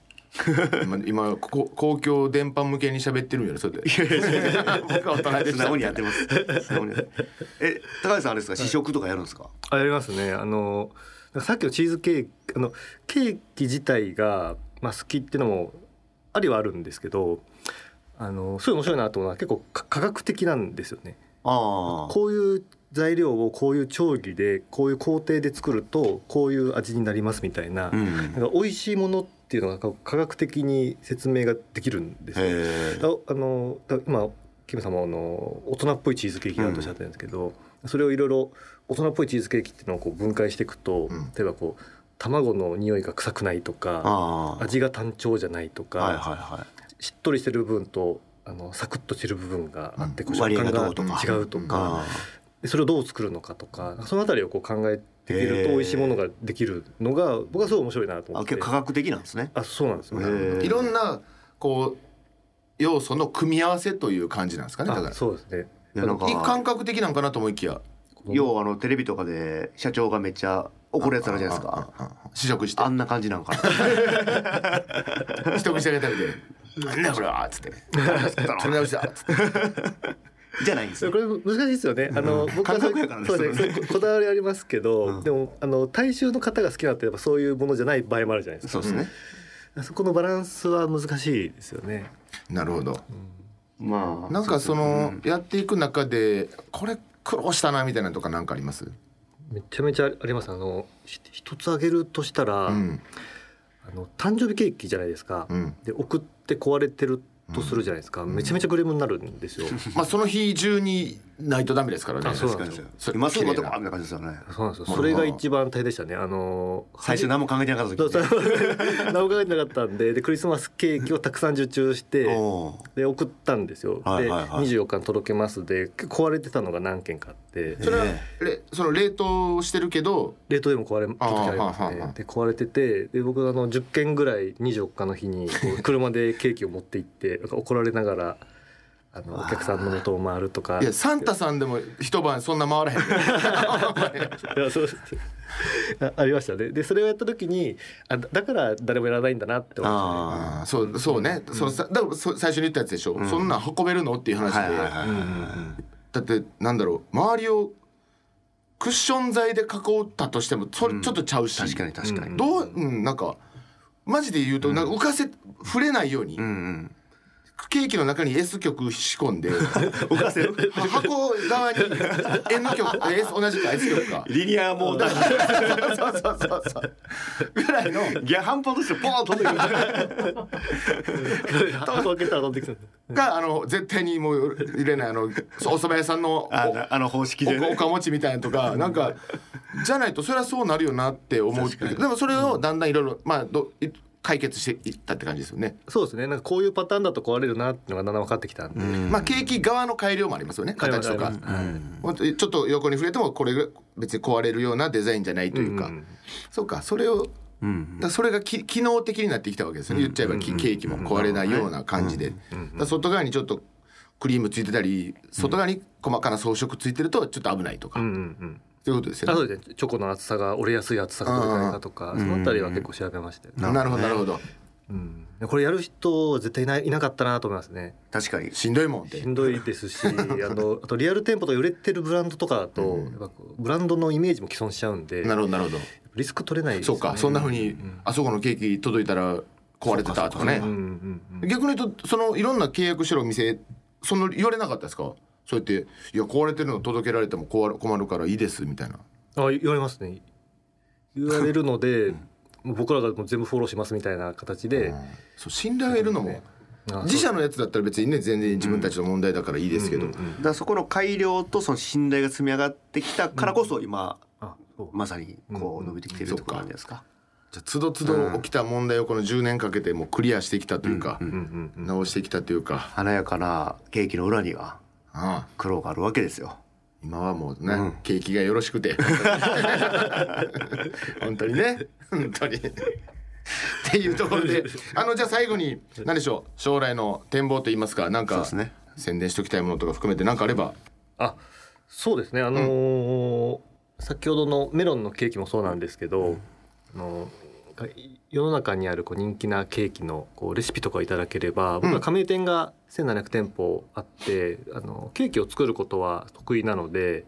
A: 今今こ公共電波向けに喋ってるんやろそれで僕は大人でし
B: 素
A: た
B: 直にやっ てます素直にやってますえ高橋さんあれですか試食とかやるんですか、
C: あやりますねあのなんかさっきのチーズケーキあのケーキ自体が、まあ、好きっていうのもありはあるんですけどあのすごい面白いなと思うのは結構か科学的なんですよね
B: ああ
C: こういう材料をこういう調理でこういう工程で作るとこういう味になりますみたいな,、
B: うん
C: なんか美味しいものっていうのがこう科学的に説明ができるんですよ
B: へえ
C: だあのだ今キム様あの大人っぽいチーズケーキだとおっしゃってるんですけど、それをいろいろ大人っぽいチーズケーキっていうのをこう分解していくと、
A: うん
C: 例えばこう卵の匂いが臭くないとか
B: ああ
C: 味が単調じゃないとか、
B: はいはいはい
C: しっとりしてる部分とあのサクッとしてる部分があって、
B: うん
C: こう
B: 割
C: 食
B: 合が
C: 感が
B: どうとか
C: 違うとか、
B: あ
C: でそれをどう作るのかとかそのあたりをこう考えている
B: へー
C: と美味しいものができるのが僕はすごい面白いなと
B: ー
C: 思
B: あ
C: って
B: 結構科学的なんですね
C: あそうなんですよね。
B: へえ
A: いろんなこう要素の組み合わせという感じなんですかねだか
C: あ
A: ら
C: そうですね
B: いやなんか
A: い感覚的なんかなと思いきや
B: 要はあのテレビとかで社長がめっちゃ怒るやつあるじゃないですか
A: あああ試食して
B: あんな感じなんかな
A: 試食してあげたりで「なんだこれは」っつって「 取り直しだ」っつって
B: じゃないんです
C: それ
B: よ
C: これ難しいですよね。あの、僕はそ
B: 感
C: う
B: 覚やからね
C: そうですねここだわりありますけど、
B: うん
C: でもあの大衆の方が好きなってやっぱそういうものじゃない場合もあるじゃないです
B: そう
C: か。
B: ですね、
C: そこのバランスは難しいですよね。
A: なるほど
B: まあ
A: なんかそのやっていく中でこれ苦労したなみたいなのとかなんかあります
C: めちゃめちゃあります。あのひ一つあげるとしたら、
A: うん
C: あの誕生日ケーキじゃないですか。
A: うん
C: で送 って壊れてるとするじゃないですか。めちゃめちゃクレームになるんですよ。
A: まあその日中にないとダメですからね
C: あそうなんで
B: 確
C: すよ
B: かに
A: それ
B: 今すぐま
A: 綺麗
B: た
A: な
B: バーンみたいな感じですよね
C: そうなんですよそれが一番大変でしたねあのー
B: 最初 何も考えてなかった時
C: そうそう何も考えてなかったんででクリスマスケーキをたくさん受注して
B: おー
C: で送ったんですよ、
B: はいはいはい
C: で24日に届けますで結構壊れてたのが何件かあって
A: それは
B: え
A: れその冷凍してるけど
C: 冷凍でも壊れた時あります
A: あーはんはんは
C: ね
A: ん
C: で壊れててで僕あの10件ぐらい24日の日にこう車でケーキを持って行ってなんか怒られながらあのお客さんの元を回るとか
A: いやサンタさんでも一晩そんな回らへんで
C: いやそうですあありましたねでそれをやった時にあだだから誰もやらないんだなって思い まし
B: あ
A: あーそうそうね、そのさだからそ最初に言ったやつでしょ、そんなん運べるのっていう
B: あ
A: 話で、
B: はいはいはいはい、
A: だってなんだろう周りをクッション材で囲ったとしてもそれちょっとちゃうし、
B: 確かに確かに、
A: どう、うん、なんかマジで言うとなんか浮かせ触れないように、
B: うんうん
A: ケーキの中に S 曲仕込ん で
B: おかせ
A: 箱側に N の曲え S 同じか S 曲か
B: リニアモーダー
A: そうそうそうそうぐらいの
B: ギャハンポとしてポーン飛んでくる
C: た箱開けたら飛んできた
A: があの絶対にもう入れないあのそうお蕎麦屋さん のお
B: あのあの方式で
A: おお
B: ね
A: かもちみたいなとかなんかじゃないとそれはそうなるよなって思うでもそれをだんだんいろいろまあどい解決していったって感じですよね、
C: そうですねなんかこういうパターンだと壊れるなっていうのがだんだん分かってきたんで、
A: まあ景気側の改良もありますよね
C: 改良も
A: 形と
C: あ
A: か
C: りま、
A: ほんとちょっと横に触れてもこれが別に壊れるようなデザインじゃないというか、そうかそれをだからそれがき機能的になってきたわけですよね言っちゃえばきケーキも壊れないような感じで、だから外側にちょっとクリームついてたり外側に細かな装飾ついてるとちょっと危ないとか、
C: う
A: と
C: んうんうん
A: いうことですよ
C: あ
A: ね。
C: そうですねチョコの厚さが折れやすい厚さがどれくらいかとかそのあたりは結構調べましたよね、
A: なるほどなるほど
C: うんこれやる人は絶対いないいなかったなと思いますね
B: 確かに
A: しんどいもんって
C: しんどいで すしあのあとリアル店舗とか売れてるブランドとかだと、やっぱこうブランドのイメージも既存しちゃうんで
A: なるほどなるほど
C: リスク取れないです
A: そ
C: ね
A: うかそんなふうにあそこのケーキ届いたら壊れてたとかね
C: うんうんうん
A: 逆に言うとそのいろんな契約してるお店その言われなかったですかそうやって「いや壊れてるの届けられても困る困るからいいです」みたいな
C: あ言われますね言われるの でもう僕らがもう全部フォローしますみたいな形で、
A: そう信頼がいるのも
C: あ
A: 自社のやつだったら別にね全然自分たちの問題だからいいですけど
B: だからそこの改良とその信頼が積み上がってきたからこそ今、
C: あそう
B: まさにこう伸びてきてる
A: うん
B: ところなんですか。
A: じゃあつどつど起きた問題をこの10年かけてもうクリアしてきたというか
C: うんうんうん
A: 直してきたというか
B: 華やかなケーキの裏には
A: ああ
B: 苦労があるわけですよ。
A: 今はもうね、景気がよろしくて本当にね本当にっていうところであのじゃあ最後に何でしょう将来の展望といいますかなん
B: そう
A: か
B: ですね
A: 宣伝しときたいものとか含めて何かあれば
C: あそうですねあのー先ほどのメロンのケーキもそうなんですけど、あのー世の中にあるこう人気なケーキのこうレシピとかをいただければ僕ら加盟店が1,700店舗あって、あのケーキを作ることは得意なので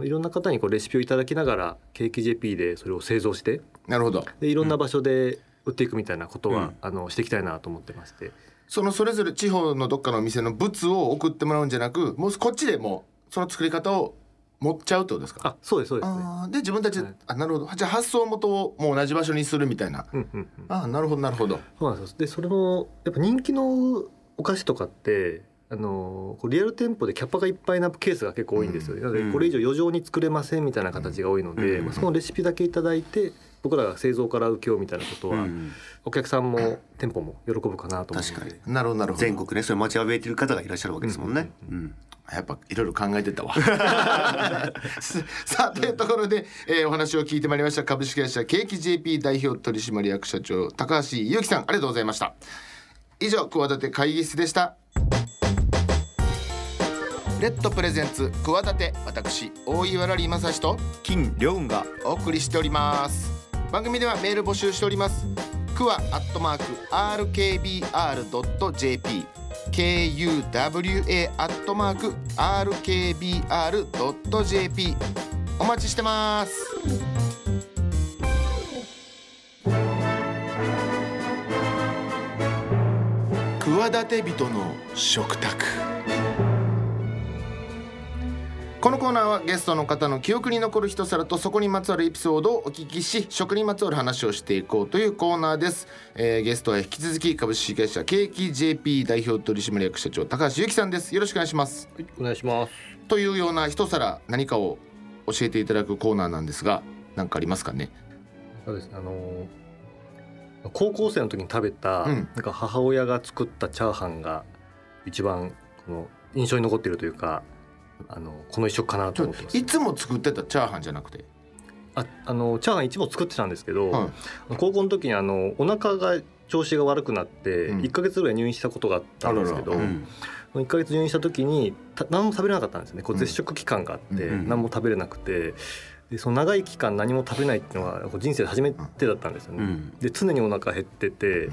C: いろんな方にこうレシピをいただきながらケーキ JP でそれを製造して
A: なるほど
C: でいろんな場所で売っていくみたいなことは、あのしていきたいなと思ってまして、
A: そのそれぞれ地方のどっかのお店の物を送ってもらうんじゃなくもうこっちでもうその作り方を持っちゃうってことですか
C: あそうですそうですね。
A: あーで自分たちで、
C: はい
A: あなるほどじゃあ発送元をもう同じ場所にするみたいな、
C: うんうんうん
A: ああなるほどなるほど
C: そうなんですよでそれもやっぱ人気のお菓子とかってあのこうリアル店舗でキャパがいっぱいなケースが結構多いんですよ、ねなのでこれ以上余剰に作れませんみたいな形が多いので、まあそのレシピだけいただいて僕らが製造から請け負うみたいなことは、お客さんも店舗も喜ぶかなと思う
B: 確か
C: ので
B: に
A: なるほどなるほど
B: 全国ねそれ待ちわびてる方がいらっしゃるわけですもんね。うん
A: やっぱいろいろ考えてたわ。 すさあというところで、えーお話を聞いてまいりました株式会社ケーキ JP 代表取締役社長高橋祐樹さんありがとうございました。以上企て会議室でした。レッドプレゼンツ企て私大岩良利正史と
B: 金良雲が
A: お送りしております番組ではメール募集しておりますくわアットマーク RKBR.jp KUWA アットマーク RKBR.jp お待ちしてます企て人の食卓このコーナーはゲストの方の記憶に残る一皿とそこにまつわるエピソードをお聞きし食にまつわる話をしていこうというコーナーです、えーゲストは引き続き株式会社ケーキ JP 代表取締役社長高橋由紀さんですよろしくお願いします
C: お願いします
A: というような一皿何かを教えていただくコーナーなんですが何かありますかね
C: そうですねあのー高校生の時に食べた、
A: うん
C: なんか母親が作ったチャーハンが一番この印象に残ってるというかあのこの一食かな
A: ち
C: と
A: ょ
C: 思ってます
A: いつも作ってたチャーハンじゃなくて、
C: ああのチャーハン一も作ってたんですけど、
A: は
C: 高校の時にあのお腹が調子が悪くなって
A: うん
C: 1か月ぐらい入院したことがあったんですけど、
A: あららう
C: 1か月入院した時にた何も食べれなかったんですねこ
A: う
C: う
A: ん
C: 絶食期間があって、
A: うん
B: うん
C: 何も食べれなくてでその長い期間何も食べないっていうのはこう人生で初めてだったんですよね。
B: うん
C: で常にお腹減ってて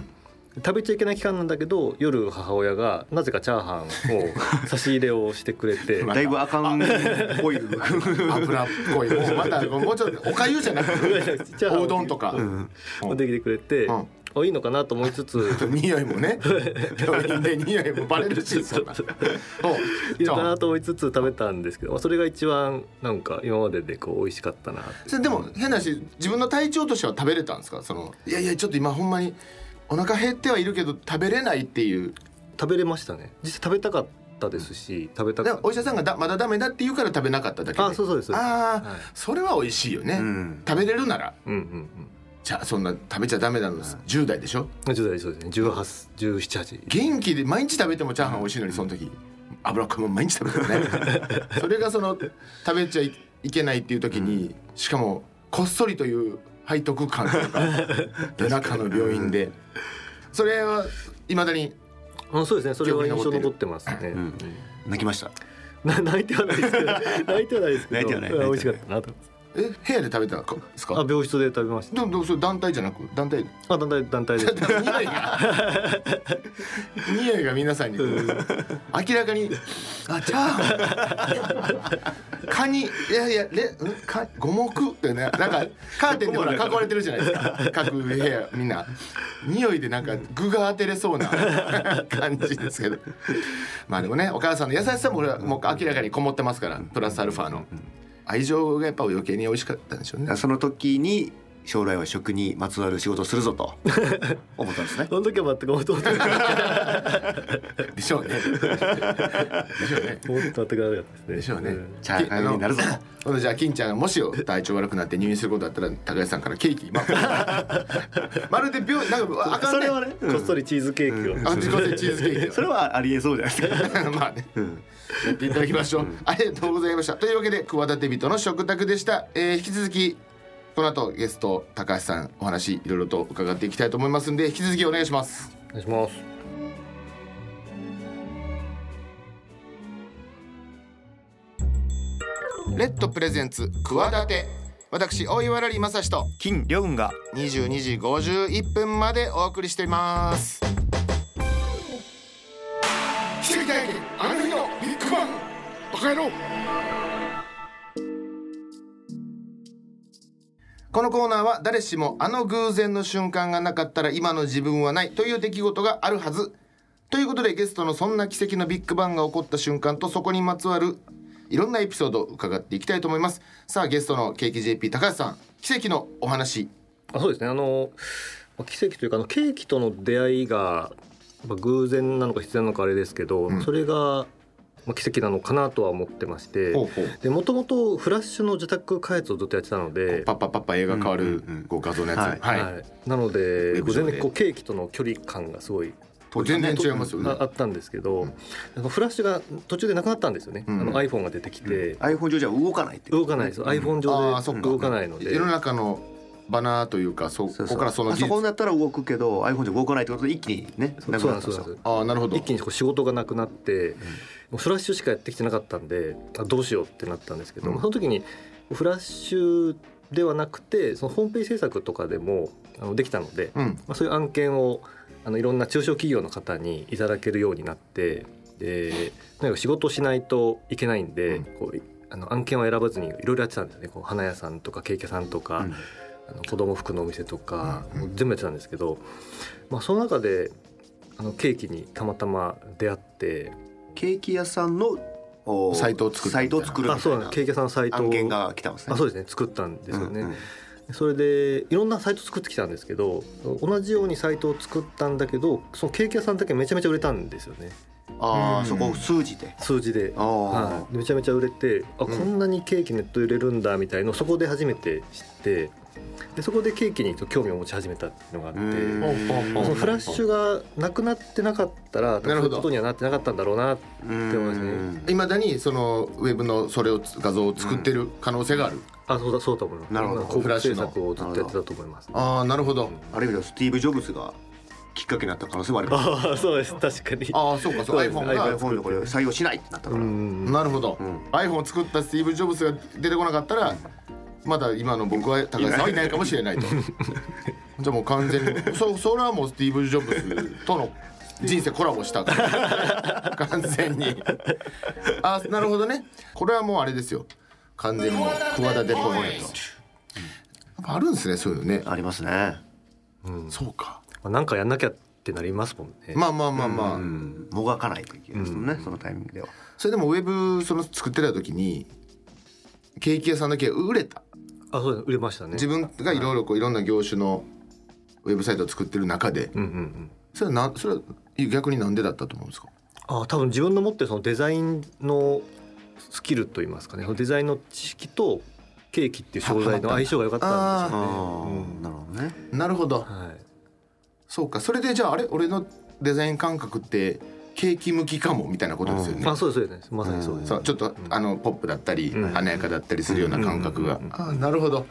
C: 食べちゃいけない期間なんだけど夜母親がなぜかチャーハンを差し入れをしてくれ て
A: ま
B: だいぶあかんオイル
A: 油っぽいもうまだもうちょっとおかゆじゃなくておうどんとか
C: う
B: うん
C: 出てきてくれて、
A: うん
C: あいいのかなと思いつつ
A: 匂いもね病院で匂いもバレる しそんなお
C: いい
A: じ
C: の
A: ゃ
C: か
A: あ
C: なと思いつつ食べたんですけどまあそれが一番なんか今まででこう美味しかったなって
A: それでも変な話自分の体調としては食べれたんですかそのいやいやちょっと今ほんまにお腹減ってはいるけど食べれないっていう
C: 食べれましたね実際食べたかったですし食べた
A: だか
C: からっ
A: お医者さんがだまだダメだって言うから食べなかっただけで
C: たあそうそうですそうです
A: あー
C: はい
A: それは美味しいよね、
B: うん
A: 食べれるなら
C: うんうんうん
A: じゃあそんな食べちゃダメなのです10代でしょ
C: 10代そうですね18 17 18
A: 元気で毎日食べてもチャーハン美味しいのにその時脂っこいもん毎日食べてもねそれがその食べちゃいけないっていう時にしかもこっそりという背徳感というか夜中の病院でそれはいまだに
C: あそうですねそれは印
A: 記
C: 象
A: 憶に
C: 残
A: 残
C: ってますね、
B: うん泣きました
C: な泣いてはないですけど 泣いてはないですけど
B: 泣いてはない
C: あ美味しかったなと
A: え部屋で食べたんです
C: あ
A: か
C: 病室で食べまし
A: でもでもそれ団体じゃなく団体
C: たあ団体団体で
A: 匂いが匂いが皆さんに明らかにあチャーハンカニいやいやレんカ五目ってねなんかカーテンでほら囲われてるじゃないですか各部屋みんな匂いでなんか具が当てれそうな感じですけどまあでもねお母さんの優しさもこれはもう明らかにこもってますからプラスアルファの愛情がやっぱ余計に美味しかったんでしょうね
B: その時に将来は食にまつわる仕事をするぞ と思ったんですね
C: その時は全く思ってなかっ
A: でしょうねでしょうね
C: た全くなかったですね
A: でしょうね
C: ん
B: チャーハンになるぞと
A: ほんでじゃあ金ちゃんがもしよ体調悪くなって入院することだったら高橋さんからケーキ、まあ、 まるで病院なんかあかん
C: そ
A: ね
C: れはね、こっそりチーズケーキを、
A: あ自己製チーズケーキ
B: それはありえそうじゃないです か
A: まあね
B: うん
A: やっていただきましょう、ありがとうございましたというわけで企て人の食卓でした、えー引き続きこの後ゲスト高橋さんお話いろいろと伺っていきたいと思いますんで引き続きお願いします
C: お願いします
A: レッドプレゼンツ企て私大岩良利正史と
B: 金良雲が
A: 22時51分までお送りしています奇跡体験あの日のビッグバンバカ野郎このコーナーは誰しもあの偶然の瞬間がなかったら今の自分はないという出来事があるはずということでゲストのそんな奇跡のビッグバンが起こった瞬間とそこにまつわるいろんなエピソードを伺っていきたいと思いますさあゲストのケーキ JP 高橋さん奇跡のお話
C: あそうですねあのまあ奇跡というかあのケーキとの出会いが、まあ、偶然なのか必然なのかあれですけど、
A: ん
C: それが、まあ、奇跡なのかなとは思ってまして
A: ほうほう
C: でもともとフラッシュの自宅開発をずっとやってたので
A: パッパッパッパ映画変わる
B: うんうんうん
A: こう画像のやつ、
B: はい
A: はい
C: なの
A: ウ
C: で
A: ェブ
C: こ
A: 上
C: う全
A: で
C: 然こうケーキとの距離感がすごい
A: これ全然違いますよね
C: ああったんですけど、
A: うん
C: あのフラッシュが途中でなくなったんですよね、
A: うん
C: あの iPhone が出てきて、
B: iPhone 上じゃ動かないって
C: 動かないです、iPhone
A: あーそ
C: 上
A: っ
C: で
A: か
C: 動かないので
A: 世の中のバナーというかそこからその
B: パ
A: 技
B: ソコン
A: 術
B: だったら動くけど iPhone じゃ動かないってことで一気にね
C: そう
B: な
C: そ
B: く
C: うな
B: なんった
C: で
B: ん
C: す
B: です
C: そうなん
B: よ
C: です
A: ああなるほど
C: 一気にこう仕事がなくなって、もうフラッシュしかやってきてなかったんであどうしようってなったんですけど、
A: うん
C: まあその時にフラッシュではなくてそのホームページ制作とかでもあのできたので、
A: うん
C: まあ、そういう案件をあのいろんな中小企業の方にいただけるようになってでとにかく仕事をしないといけないんで、
A: うん
C: こういあの案件を選ばずにいろいろやってたんですよねこう花屋さんとかケーキ屋さんとか、
B: うん
C: あの子供服のお店とか、
A: うんうん
C: もう全部やってたんですけど、まあ、その中であのケーキにたまたま出会って
B: ケーキ屋さんのお
A: サイトを作るみたい
B: サ
A: な
B: イトを作るみ
C: あ
B: た
C: そう
B: い
C: なんで
B: な
C: すケーキ屋さんのサイトを
B: 案件が来たんですね
C: あそうですね作ったんですよね、
B: うんうん
C: それでいろんなサイト作ってきたんですけど同じようにサイトを作ったんだけどそのケーキ屋さんだけめちゃめちゃ売れたんですよね
B: あ
A: うん
B: あそこ数字で
C: 数字で
B: あ、あ
C: はい、めちゃめちゃ売れてあ、
A: うん
C: こんなにケーキネットで売れるんだみたいのをそこで初めて知ってでそこでケーキに興味を持ち始めたっていうのがあって。
B: うん
A: ほうほうほう
C: そのフラッシュがなくなってなかったら
A: な
C: そう
A: る
C: い
A: ほ
C: う
A: ど
C: ことにはなってなかったんだろうな
B: うん
C: って思いますね
A: いまだにそのウェブのそれを画像を作ってる可能性がある、
C: あそうだそうだと思います
B: なるほど
C: 広
A: フラッ
C: 告
A: シュ
C: 制
A: の
C: 作をずっとやってたと思います
A: ああなるほど
B: ある意味ではスティーブ・ジョブズがきっかけになった可能性もあります
C: あ あそうです確かに
A: ああそうかそう
C: そうですね
A: iPhone
C: あ
B: iPhone
A: が
B: でこれ採用しないってなった
C: う
B: から、
C: ん
A: なるほど、
B: うん
A: iPhone を作ったスティーブ・ジョブズが出てこなかったらまだ今の僕は高橋さんはいないかもしれないとじゃあもう完全にそそれはもうスティーブ・ジョブズとの人生コラボしたから完全にあなるほどねこれはもうあれですよ完全にもう企てポイントやっぱあるんですねそういうのね
B: ありますね
A: そうか
C: まあ、なんかやんなきゃってなりますもんね、
A: まあまあまあまあ、
B: うんもがかないといけないですもんね、そのタイミングでは
A: それでもウェブその作ってた時にケーキ屋さんだけ売れた
C: あそうです売れましたね
A: 自分がいろいろこういろんな業種のウェブサイトを作ってる中で
C: うんうんうん
A: それはなそれは逆になんでだったと思うんですか
C: あ多分自分の持ってるそのデザインのスキルといいますかねそのデザインの知識とケーキっていう商材の相性が良かったんです
B: あ
C: よ
B: あ、
C: ね
B: なるほどね
A: なるほど
C: うん。はい
A: そうかそれでじゃああれ俺のデザイン感覚ってケーキ向きかもみたいなことですよね
C: まあそうですそうですまさにそうです、
A: そうちょっとあのポップだったり
C: うん
A: 華やかだったりするような感覚が
C: うんうん
A: あーなるほど
B: だか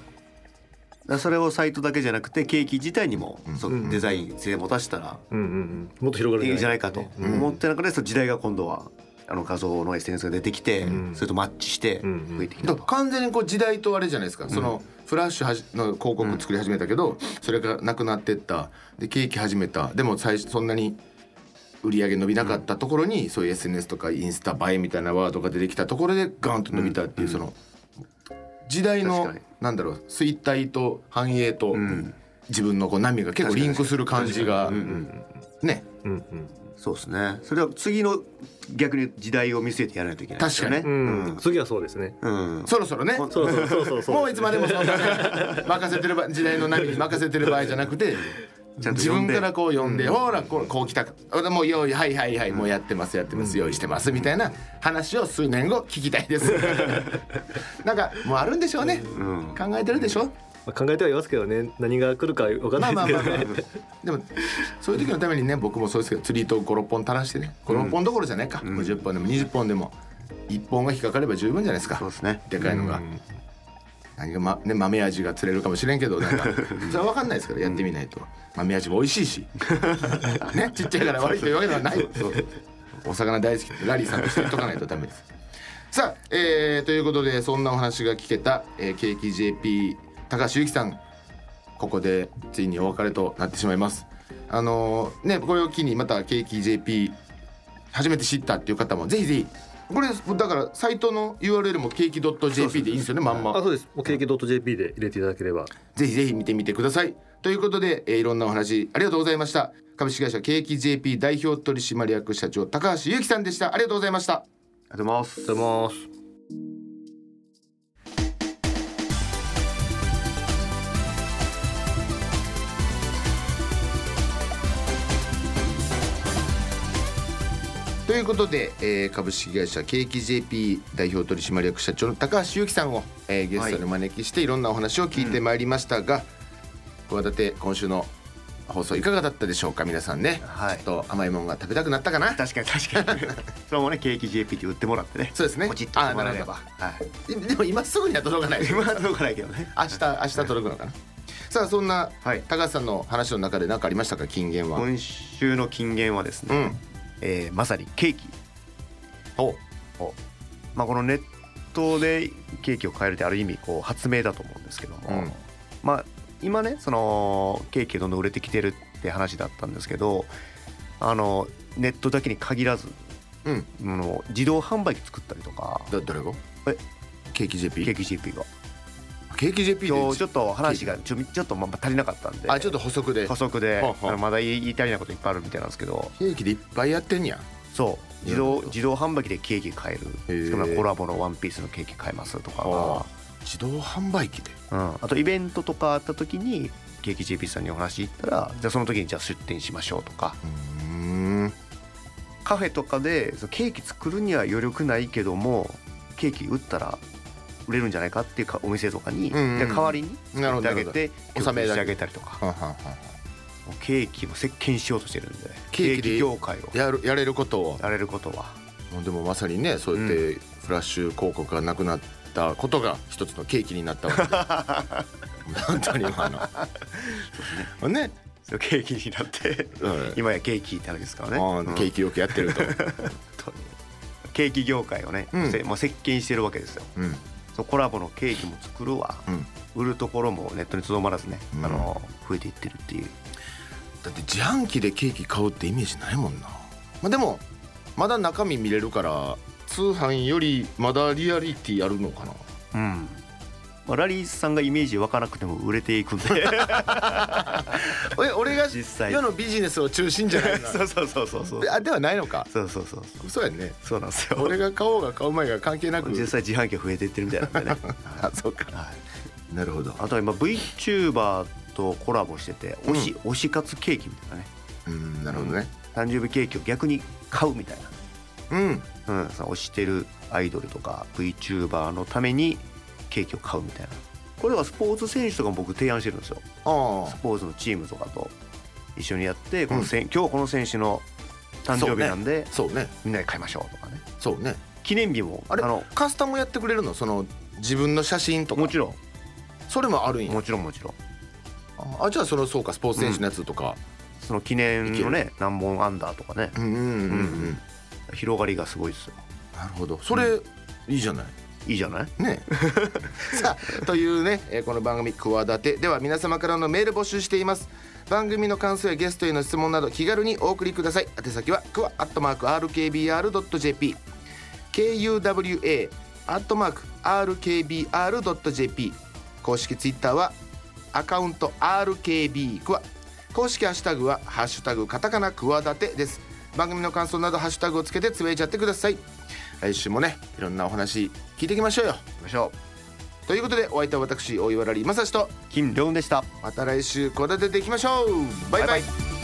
B: らそれをサイトだけじゃなくてケーキ自体にも、
A: うん
B: そうデザイン性持たしたら
C: うんうんうん、もっと広がる
B: いいん
C: ん
B: じゃないかと
A: うん
B: 思って中でその時代が今度はあの画像の SNS が出てきて、
C: うん
B: それとマッチして
C: うん
B: 増えてきた
A: だ
B: と、
A: から完全にこう時代とあれじゃないですかそのフラッシュはじの広告作り始めたけどそれがなくなってったでケーキ始めたでも最初そんなに売り上げ伸びなかったところにそういう SNS とかインスタ映えみたいなワードが出てきたところでガンと伸びたっていうその時代の
B: 確かに
A: なんだろう衰退と繁栄と
B: ん
A: 自分のこう波が結構リンクする感じがね
C: うんうん
B: そうですねそれは次の逆に時代を見据えてやらないといけないですよね
C: う
A: 確
C: ん次はそうですね
B: うん、うん
A: そろそろね
C: そろそろそろそろそ
A: もういつまでもそんな任せてる場時代の波に任せてる場合じゃなくて
B: ちゃんと
A: 自
B: 呼ん
A: 分
B: で
A: からこう呼んで「ほらこうこう来た俺もう用意はいはいはいもうやってますやってます用意してます」みたいな話を数年後聞きたいですなんかもうあるんでしょうね
B: うん
A: 考えてるでしょ
C: まあ、考えてはいますけどね何が来るか分かん
A: ま
C: な
A: あ
C: いで
A: ますあまあ
C: けど
A: まあ
C: ね
A: でもそういう時のためにね僕もそうですけど釣り糸を56本垂らしてね56本どころじゃないか50本でも20本でも1本が引っかかれば十分じゃないですか
B: そうですね
A: でかいのが。何が、まね、豆味が釣れるかもしれんけど なんかそれは分かんないですからやってみないと、豆味も美味しい しねちっちゃいから悪いというわけではないお魚大好きラリーさんとして言っとかないとダメですさあ、えーということでそんなお話が聞けた、えー、ケーキ JP 高橋由紀さんここでついにお別れとなってしまいますあのーねこれを機にまたケーキ JP 初めて知ったっていう方もぜひぜひこれだからサイトの URL もケーキ .jp でいいんですよねまんま
C: あそうですもうケーキ .jp で入れていただければ
A: ぜひぜひ見てみてください。ということで、えーいろんなお話ありがとうございました。株式会社景気 JP 代表取締役社長高橋由紀さんでした。ありがとうございました。
B: ありがとうございます
C: ありがとうございます
A: ということで、えー株式会社景気 JP 代表取締役社長の高橋由紀さんを、えーゲストにお招きして、い、ろんなお話を聞いてまいりましたが、企て今週の放送いかがだったでしょうか皆さんね、
B: はい
A: ちょっと甘いもんが食べたくなったかな
B: 確かに確かに それもねケーキ JP って売ってもらってね
A: そうですね
B: ポチッとしてもらえれば
A: あ
B: はい
A: ででも今すぐに は届かない
B: 今はどうかないけどね
A: 明日明日届くのかなさあそんな
B: はい
A: 高橋さんの話の中で何かありましたか金言は
B: 今週の金言はです
A: う
B: ね、
A: ん
B: えーまさにケーキ
A: お
B: を、まあ、このネットでケーキを買えるってある意味こう発明だと思うんですけども、
A: うん
B: まあ、今ねそのケーキがどんどん売れてきてるって話だったんですけどあのネットだけに限らず
A: うん
B: あの自動販売機作ったりとか
A: どどれが
B: え
A: ケーキ
B: ケ
A: JP
B: ーキ GP が
A: ケーキ JP
B: 今日ち
A: で
B: ょっと話がちょちょっとまあ足りなかったんで
A: あちょっと補足で
B: 補足で
A: ほうほう
B: あのまだ言い言い足りないこといっぱいあるみたいなんですけど
A: ケーキでいっぱいやってんや
B: そう自動自動販売機でケーキ買え
A: へえ
B: るしかもコラボのワンピースのケーキ買えますとか
A: 自動販売機で
B: うん、あとイベントとかあった時にケーキ JP さんにお話行ったらじゃあその時にじゃあ出店しましょうとか
A: うん
B: カフェとかでそのケーキ作るには余力ないけどもケーキ売ったら売れるんじゃないかっていうかお店とかに、
A: うんうんうん
B: で代わりに
A: なるほど
B: あげて
A: ほど
B: 納
A: 納め
B: め
A: だ
B: て
A: け
B: あげたりとか
A: はんはんはん
B: もうケーキも席巻しようとしてるんで
A: ケー
B: ケー
A: キ
B: キ
A: で
B: 業界を
A: やるやれることを
B: やれることは
A: でもまさにねそうやってフラッシュ広告がなくなったことが一つの契機になったわけ で本当に今のね
B: そうケーキになって
A: うん
B: 今やケーキってあれですからね、
A: あ
B: うん
A: ーケーキよくやってると、
B: 本当にケーキ業界をね、
A: うん
B: せもう席巻してるわけですよ
A: うん、
B: そうコラボのケーキも作るわ、売るところもネットにとどまらずね、
A: うん
B: あの増えていってるっていう
A: だって自販機でケーキ買うってイメージないもんな、まあ、でもまだ中身見れるから通販よりまだリアリティあるのかな
B: うんまあ、ラリーさんがイメージ湧かなくても売れていくん で
A: え俺が
B: 実際
A: 世のビジネスを中心じゃないの
B: そうそうそうそうそう
A: であではないのか
B: そうそうそう
A: そうやね
B: そうなんですよ
A: 俺が買おうが買う前が関係なく
B: 実際自販機が増えていってるみたいなんでね、
A: あそうか
B: はい、
A: なるほど
B: あとは今 VTuber とコラボしてて推し,、推し活ケーキみたいなね
A: うんなるほどね
B: 誕生日ケーキを逆に買うみたい
A: うん
B: な、うん、その推してるアイドルとか VTuber のためにケーキを買うみたいなこれはスポーツ選手とかも僕提案してるんですよ
A: あ
B: スポーツのチームとかと一緒にやってこのせん、今日この選手の誕生日なんで、
A: あそうね
B: みんなで買いましょうとかね
A: そうね
B: 記念日も
A: あれ
B: の
A: カスタムやってくれるのその自分の写真とか
B: もちろ
A: それもあるん
B: ん
A: や
B: もちろんもちろん
A: あじゃあそのそうかスポーツ選手のやつとか
B: その記念のね何本アンダーとかね
A: うんうんうんうん
B: 広がりがすごいですよ
A: なるほどそれ、いいじゃない
B: いいじゃない
A: ね さあというね、えーこの番組「くわだて」では皆様からのメール募集しています番組の感想やゲストへの質問など気軽にお送りください宛先はくわアットマーク RKBR.jp KUWA アットマーク RKBR.jp 公式ツイッターはアカウント RKB クワ公式ハッシュタグは「ハッシュタグカタカナクワダテ」です番組の感想などハッシュタグをつけてつぶやいちゃってください来週もねいろんなお話聞いていきましょうよ
B: 行きましょ
A: ということでお相手は私大岩良理正史と
B: う金良雲でした
A: また来週こだてていきましょうバイバイ
B: バイバイ